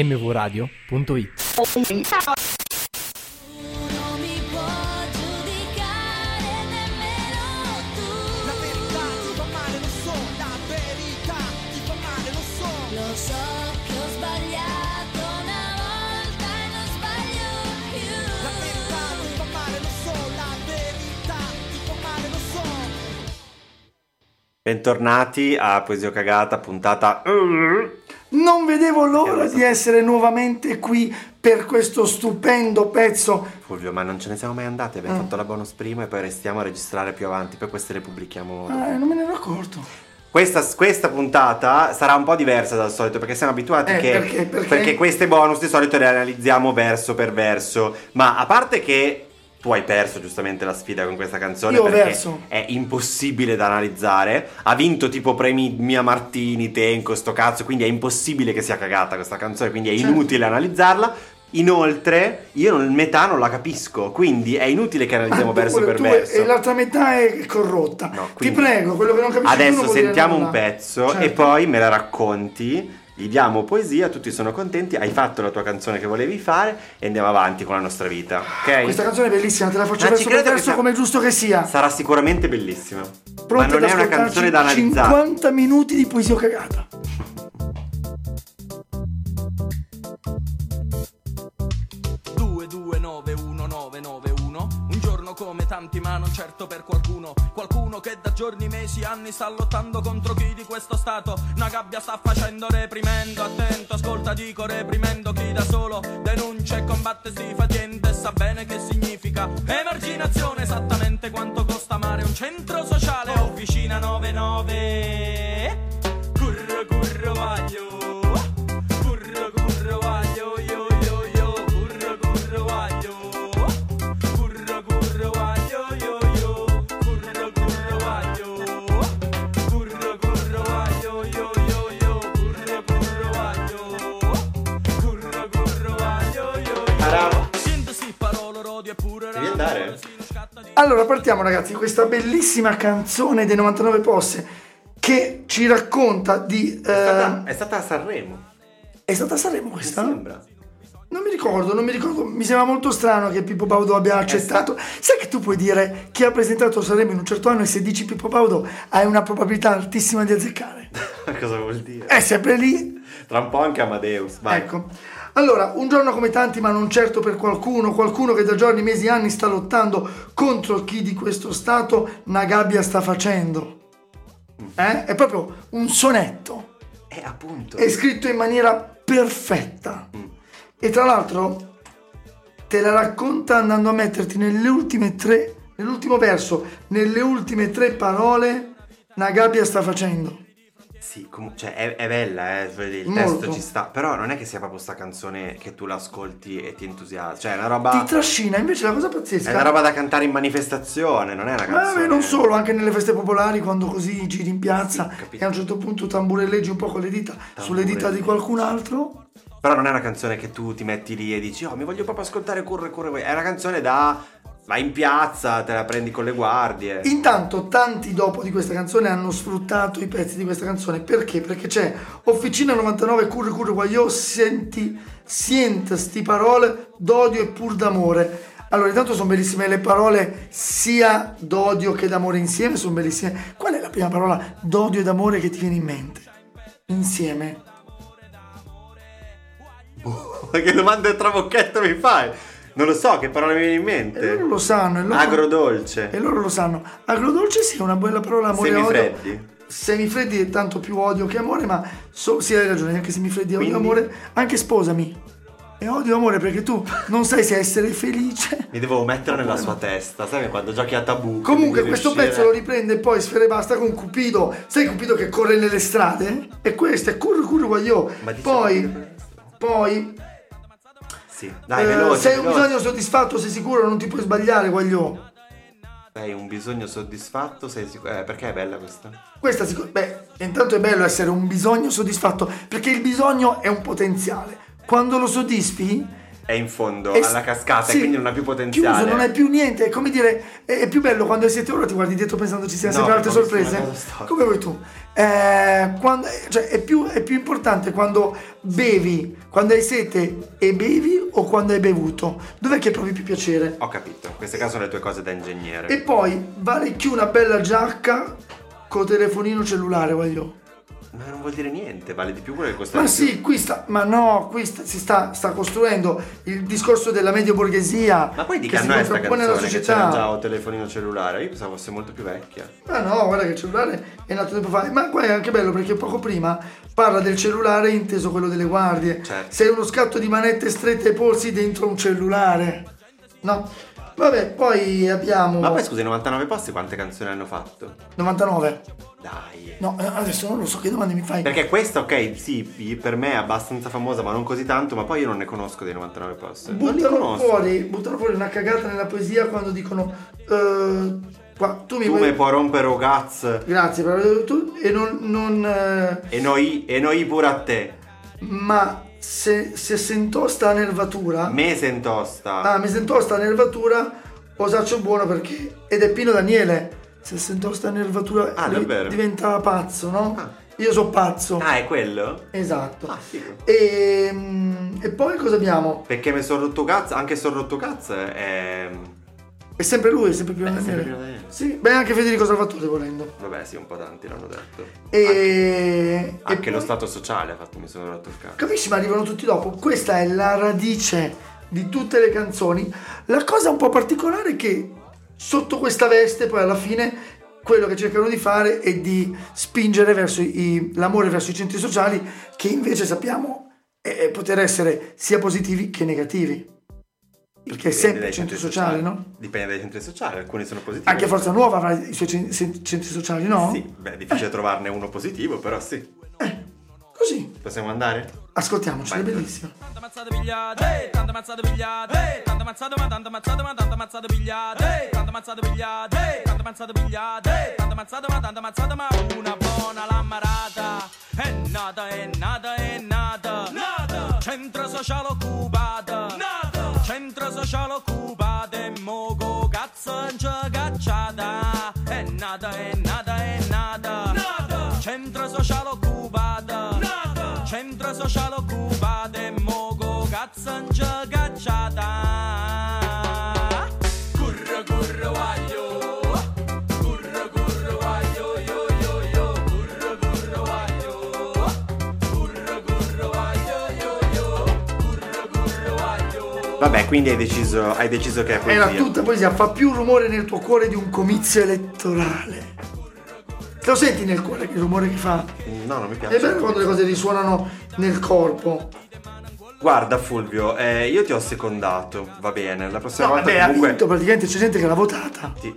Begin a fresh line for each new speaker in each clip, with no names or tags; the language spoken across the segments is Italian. mvradio.it
Non mi può giudicare nemmeno tu
La verità ti fa male, lo so, la verità ti fa male, lo so.
Lo so che ho sbagliato una volta e non sbaglio
La verità
più
ti fa male, lo so, la verità ti fa male, lo so.
Bentornati a Poesia Cagata, puntata... uh,
Non vedevo l'ora
Eh,
di essere nuovamente qui per questo stupendo pezzo.
Fulvio, ma non ce ne siamo mai andati, abbiamo fatto la bonus prima e poi restiamo a registrare più avanti, poi queste le pubblichiamo...
Ah, non me ne ero accorto.
Questa, questa puntata sarà un po' diversa dal solito perché siamo abituati
Eh,
che
perché- perché?
queste bonus di solito le analizziamo verso per verso, ma a parte che tu hai perso giustamente la sfida con questa canzone
Io ho
perché
perso.
è impossibile da analizzare, ha vinto tipo premi Mia Martini, Tenco, sto cazzo, quindi è impossibile che sia cagata questa canzone, quindi è
Certo.
inutile analizzarla. Inoltre, io non- metà non la capisco, quindi è inutile che analizziamo
Ah, tu-
verso per
tu-
verso.
E l'altra metà è corrotta.
No,
Ti
quindi-
prego, quello che non capisco
Adesso
tu non vuol dire
sentiamo
nulla.
un pezzo
Certo.
e poi me la racconti. Gli diamo poesia, tutti sono contenti. Hai fatto la tua canzone che volevi fare e andiamo avanti con la nostra vita. Ok?
Questa canzone è bellissima, te la
Ma
faccio
ci
verso per
credo che
verso
sia-
come è giusto che sia.
Sarà sicuramente bellissima. Ma
Pronti
non
ad
è una
ascoltarci
canzone da analizzare.
50 minuti di poesia cagata.
Un giorno come tanti ma non certo per qualcuno Qualcuno che da giorni, mesi, anni sta lottando contro chi di questo stato Una gabbia sta facendo reprimendo Attento, ascolta, dico reprimendo chi da solo Denuncia e combatte, si fa niente e sa bene che significa Emarginazione esattamente quanto costa amare un centro sociale o vicina 99 Curro curro vaglio Curro curro vaglio Yo yo yo Curro curro vaglio Curro curro vaglio Yo yo Curro curro vaglio Curro curro vaglio Yo yo yo Curro curro vaglio Curro curro vaglio Yo
Arabo.
yo Sintesi parolo rodio e pure
Devi andare?
Allora partiamo ragazzi, questa bellissima canzone dei 99 posse che ci racconta di... eh,
È stata, è stata a Sanremo. mi
è stata a Sanremo questa?
sembra.
Non mi ricordo, non mi ricordo. Mi sembra molto strano che Pippo Baudo abbia accettato. Sai che tu puoi dire chi ha presentato Sanremo in un certo anno e se dici Pippo Baudo hai una probabilità altissima di azzeccare.
Cosa vuol dire?
È sempre lì.
Tra un po' anche Amadeus. Vai.
Ecco. Allora, un giorno come tanti, ma non certo per qualcuno, qualcuno che da giorni, mesi, anni sta lottando contro chi di questo Stato una gabbia sta facendo. Eh? È proprio un sonetto.
Eh, appunto.
è scritto in maniera perfetta. E tra l'altro te la racconta andando a metterti nelle ultime tre, nell'ultimo verso, nelle ultime tre parole, una gabbia sta facendo.
Sì, comu- cioè è, è bella, eh, cioè, il
Molto.
testo ci sta. Però non è che sia proprio sta canzone che tu l'ascolti e ti entusiasmi. Cioè, è una roba.
Ti trascina, invece la cosa
È
pazzesca.
una roba da cantare in manifestazione, non è una
Ma
canzone.
Eh, non solo, anche nelle feste popolari quando così giri in piazza
Sì, capito.
e a un certo punto tamburelleggi un po' con le dita sulle dita di
Tamburelleggi.
qualcun altro.
Però non è una canzone che tu ti metti lì e dici, oh, mi voglio proprio ascoltare corre, corre. Vuoi. È una canzone da. Vai in piazza, te la prendi con le guardie.
Intanto tanti dopo di questa canzone hanno sfruttato i pezzi di questa canzone perché? Perché c'è Officina 99 Curri Curri Guagliò senti sient sti parole d'odio e pur d'amore. Allora, intanto sono bellissime le parole sia d'odio che d'amore insieme, sono bellissime. Qual è la prima parola d'odio e d'amore che ti viene in mente? Insieme.
Ma che domande trabocchetto mi fai? Non lo so, che parola mi viene in
E
mente?
loro Eh, lo Eh, sanno. E loro, e
Agrodolce.
loro lo sanno. Agrodolce sì, è una bella parola, amore e odio.
Semifreddi.
Semifreddi è tanto più odio che amore, ma so, sì, hai ragione, anche semifreddi è odio e
Quindi?
amore, anche sposami. È odio e amore perché tu non sai se essere felice.
Mi devo mettere nella sua testa, sai che quando giochi a tabù.
Comunque
devi
questo
riuscire-
pezzo lo riprende poi Sfere Basta con Cupido. Sai Cupido che corre nelle strade? E questo è Curru Curru Guagliò.
Ma dice-
Poi, poi
Sì, dai,
eh,
veloce.
sei un
veloce.
bisogno soddisfatto, sei sicuro, non ti puoi sbagliare Guagliò.
Sei un bisogno soddisfatto, sei sicuro. Eh, perché è bella questa?
Questa sicur- beh, intanto è bello essere un bisogno soddisfatto, perché il bisogno è un potenziale. Quando lo soddisfi
è in fondo
E s-
alla cascata
sì,
e quindi non ha più potenziale.
Chiuso, non hai più niente. È come dire, è, è più bello quando siete ora ti guardi dietro pensando ci siano
No,
sempre altre
ho visto una
sorprese.
cosa storica.
Come vuoi tu. Eh, quando- cioè, è, più, è più importante quando bevi, quando hai sete e bevi o quando hai bevuto. Dov'è che provi più piacere?
Ho capito, queste qua sono le tue cose da ingegnere.
E poi vale più una bella giacca col telefonino cellulare, voglio.
Ma non vuol dire niente, vale di più quello che costa
Ma
di più.
sì, qui sta, ma no, qui sta- si sta, sta costruendo il discorso della medio borghesia.
Ma poi di
che
che
si
anno è sta
contrappone alla
canzone che c'era già
società.
o telefonino cellulare? Io pensavo fosse molto più vecchia.
Ma no, guarda che il cellulare è nato tempo fa. Ma qua è anche bello perché poco prima parla del cellulare inteso quello delle guardie.
Certo.
Sei uno scatto di manette strette ai polsi dentro un cellulare. No. Vabbè, poi abbiamo
Ma poi scusa, i 99 posti quante canzoni hanno fatto?
99.
Dai.
No, eh, adesso non lo so che domande mi fai.
Perché questa, ok, sì, per me è abbastanza famosa, ma non così tanto, ma poi io non ne conosco dei 99 posti. Non li
buttano
conosco.
fuori, buttano fuori una cagata nella poesia quando dicono eh, qua, tu mi
Tu
vuoi
me puoi rompere un cazzo
grazie però tu e non, non, eh,
e noi, e noi pure a te.
ma se, se sentò sta nervatura
Me sentosta.
ah mi sentò sta nervatura osaccio buono perché ed è Pino Daniele se sentò sta nervatura
Ah,
lui
davvero?
diventava pazzo no?
Ah.
io sono pazzo
Ah, è quello?
esatto
Ah, figo.
e, mm, e poi cosa abbiamo?
Perché mi sono rotto cazzo, anche sono rotto cazzo è...
è sempre lui è sempre Pino
è sempre
Daniele
Pino Daniele.
sì beh anche Federico Salvatore volendo
Vabbè, sì, un po' tanti l'hanno detto. Anche,
E, e
anche lo
poi-
stato sociale ha fatto mi sono rotto il cazzo.
Capisci, ma arrivano tutti dopo. Questa è la radice di tutte le canzoni. La cosa un po' particolare è che sotto questa veste, poi alla fine, quello che cercano di fare è di spingere verso i- l'amore verso i centri sociali, che invece sappiamo eh, poter essere sia positivi che negativi. Perché è
Dipende
sempre
dai
il centro
centri
sociale,
sociali.
no?
Dipende dai centri sociali, alcuni sono positivi.
Anche Forza Nuova avrà i suoi cen- se- centri sociali, no?
Sì, beh, è difficile trovarne uno positivo, però sì.
Così.
Possiamo andare?
Ascoltiamoci, è
Vai.
bellissimo.
Tante mazzate pigliate, tante mazzate pigliate, tante mazzate ma tante mazzate ma tante mazzate pigliate, tante mazzate pigliate, tante mazzate pigliate, tante mazzate ma tante mazzate ma una buona l'ammarata. È nata, è nata, è nata. Nata. Centro sociale occupata. Nata. Centro sociale occupata e mogo cazzo in gio cacciata. È nata, è nata, è nata. Nata. Centro sociale occupata. Nata. Centro sociale occupata e mogo cazzo in gio cacciata. Curra, curra, guaglio. Curra, curra, guaglio, yo, yo, yo. Curra, curra, guaglio.
Vabbè, quindi hai deciso, hai deciso che è poesia.
Era tutta poesia, fa più rumore nel tuo cuore di un comizio elettorale. Te lo senti nel cuore che rumore che fa?
No, non mi piace.
È bello quando le cose risuonano nel corpo.
Guarda Fulvio, eh, io ti ho secondato, va bene, la prossima
No,
volta
vabbè, ha
comunque...
vinto, praticamente c'è gente che l'ha votata.
Sì.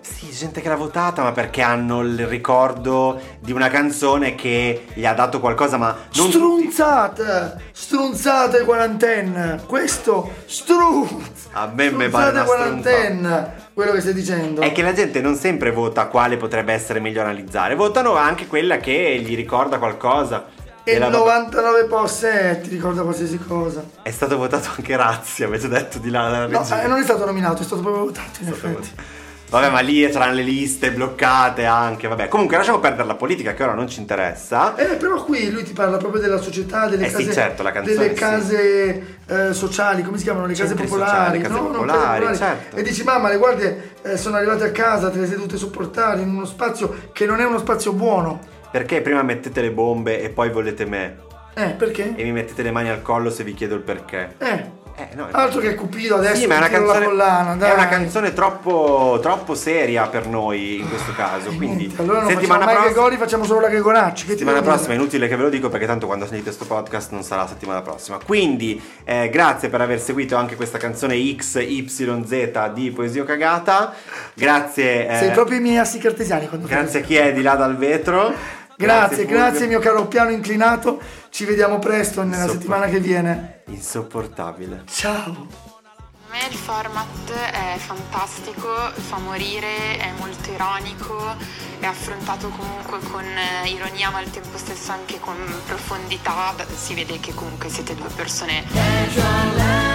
Sì, gente che l'ha votata, ma perché hanno il ricordo di una canzone che gli ha dato qualcosa, ma non tutti.
Strunzate! Strunzate quarantenne! Questo strunz!
A me mi pare una
quarantenne! Quello che stai dicendo.
È che la gente non sempre vota quale potrebbe essere meglio analizzare, votano anche quella che gli ricorda qualcosa.
E
la-
99 posse ti ricorda qualsiasi cosa.
È stato votato anche Razzi, avete detto di là dalla
No,
regia.
eh, non è stato nominato, è stato proprio votato in effetti.
Vabbè, ma lì c'erano le liste bloccate anche, vabbè. Comunque lasciamo perdere la politica che ora non ci interessa.
Eh, però qui lui ti parla proprio della società, delle
Eh sì,
case,
certo, la canzone,
delle
sì.
case eh, sociali, come si chiamano? Le case
Centri
popolari,
sociali, case
no? No,
popolari,
case
certo.
E dici, mamma, le guardie eh, sono arrivate a casa, te le sei dovute sopportare in uno spazio che non è uno spazio buono.
Perché prima mettete le bombe e poi volete me?
Eh, perché?
E mi mettete le mani al collo se vi chiedo il perché.
Eh.
Eh, no,
Altro che Cupido adesso
Sì, ma è una
ti tiro
canzone,
la collana, dai.
è una canzone troppo, troppo seria per noi in questo caso. Quindi,
Ah, Niente, allora non
settimana,
facciamo mai
prossima,
Gregori, facciamo solo la Gregoracci. Che ti
settimana
devo dire?
prossima, è inutile che ve lo dico perché tanto quando sentite questo podcast non sarà settimana prossima. Quindi, eh, grazie per aver seguito anche questa canzone XYZ di Poesia Cagata. Grazie, eh,
Sei proprio i miei assi cartesiani quando fai
grazie a chi è di là dal vetro.
Grazie, grazie,
Fulvio.
mio caro piano inclinato. Ci vediamo presto nella
Sopra.
settimana che viene.
Insopportabile.
Ciao.
Secondo me il format è fantastico, fa morire, è molto ironico, è affrontato comunque con eh, ironia ma al tempo stesso anche con profondità, si vede che comunque siete due persone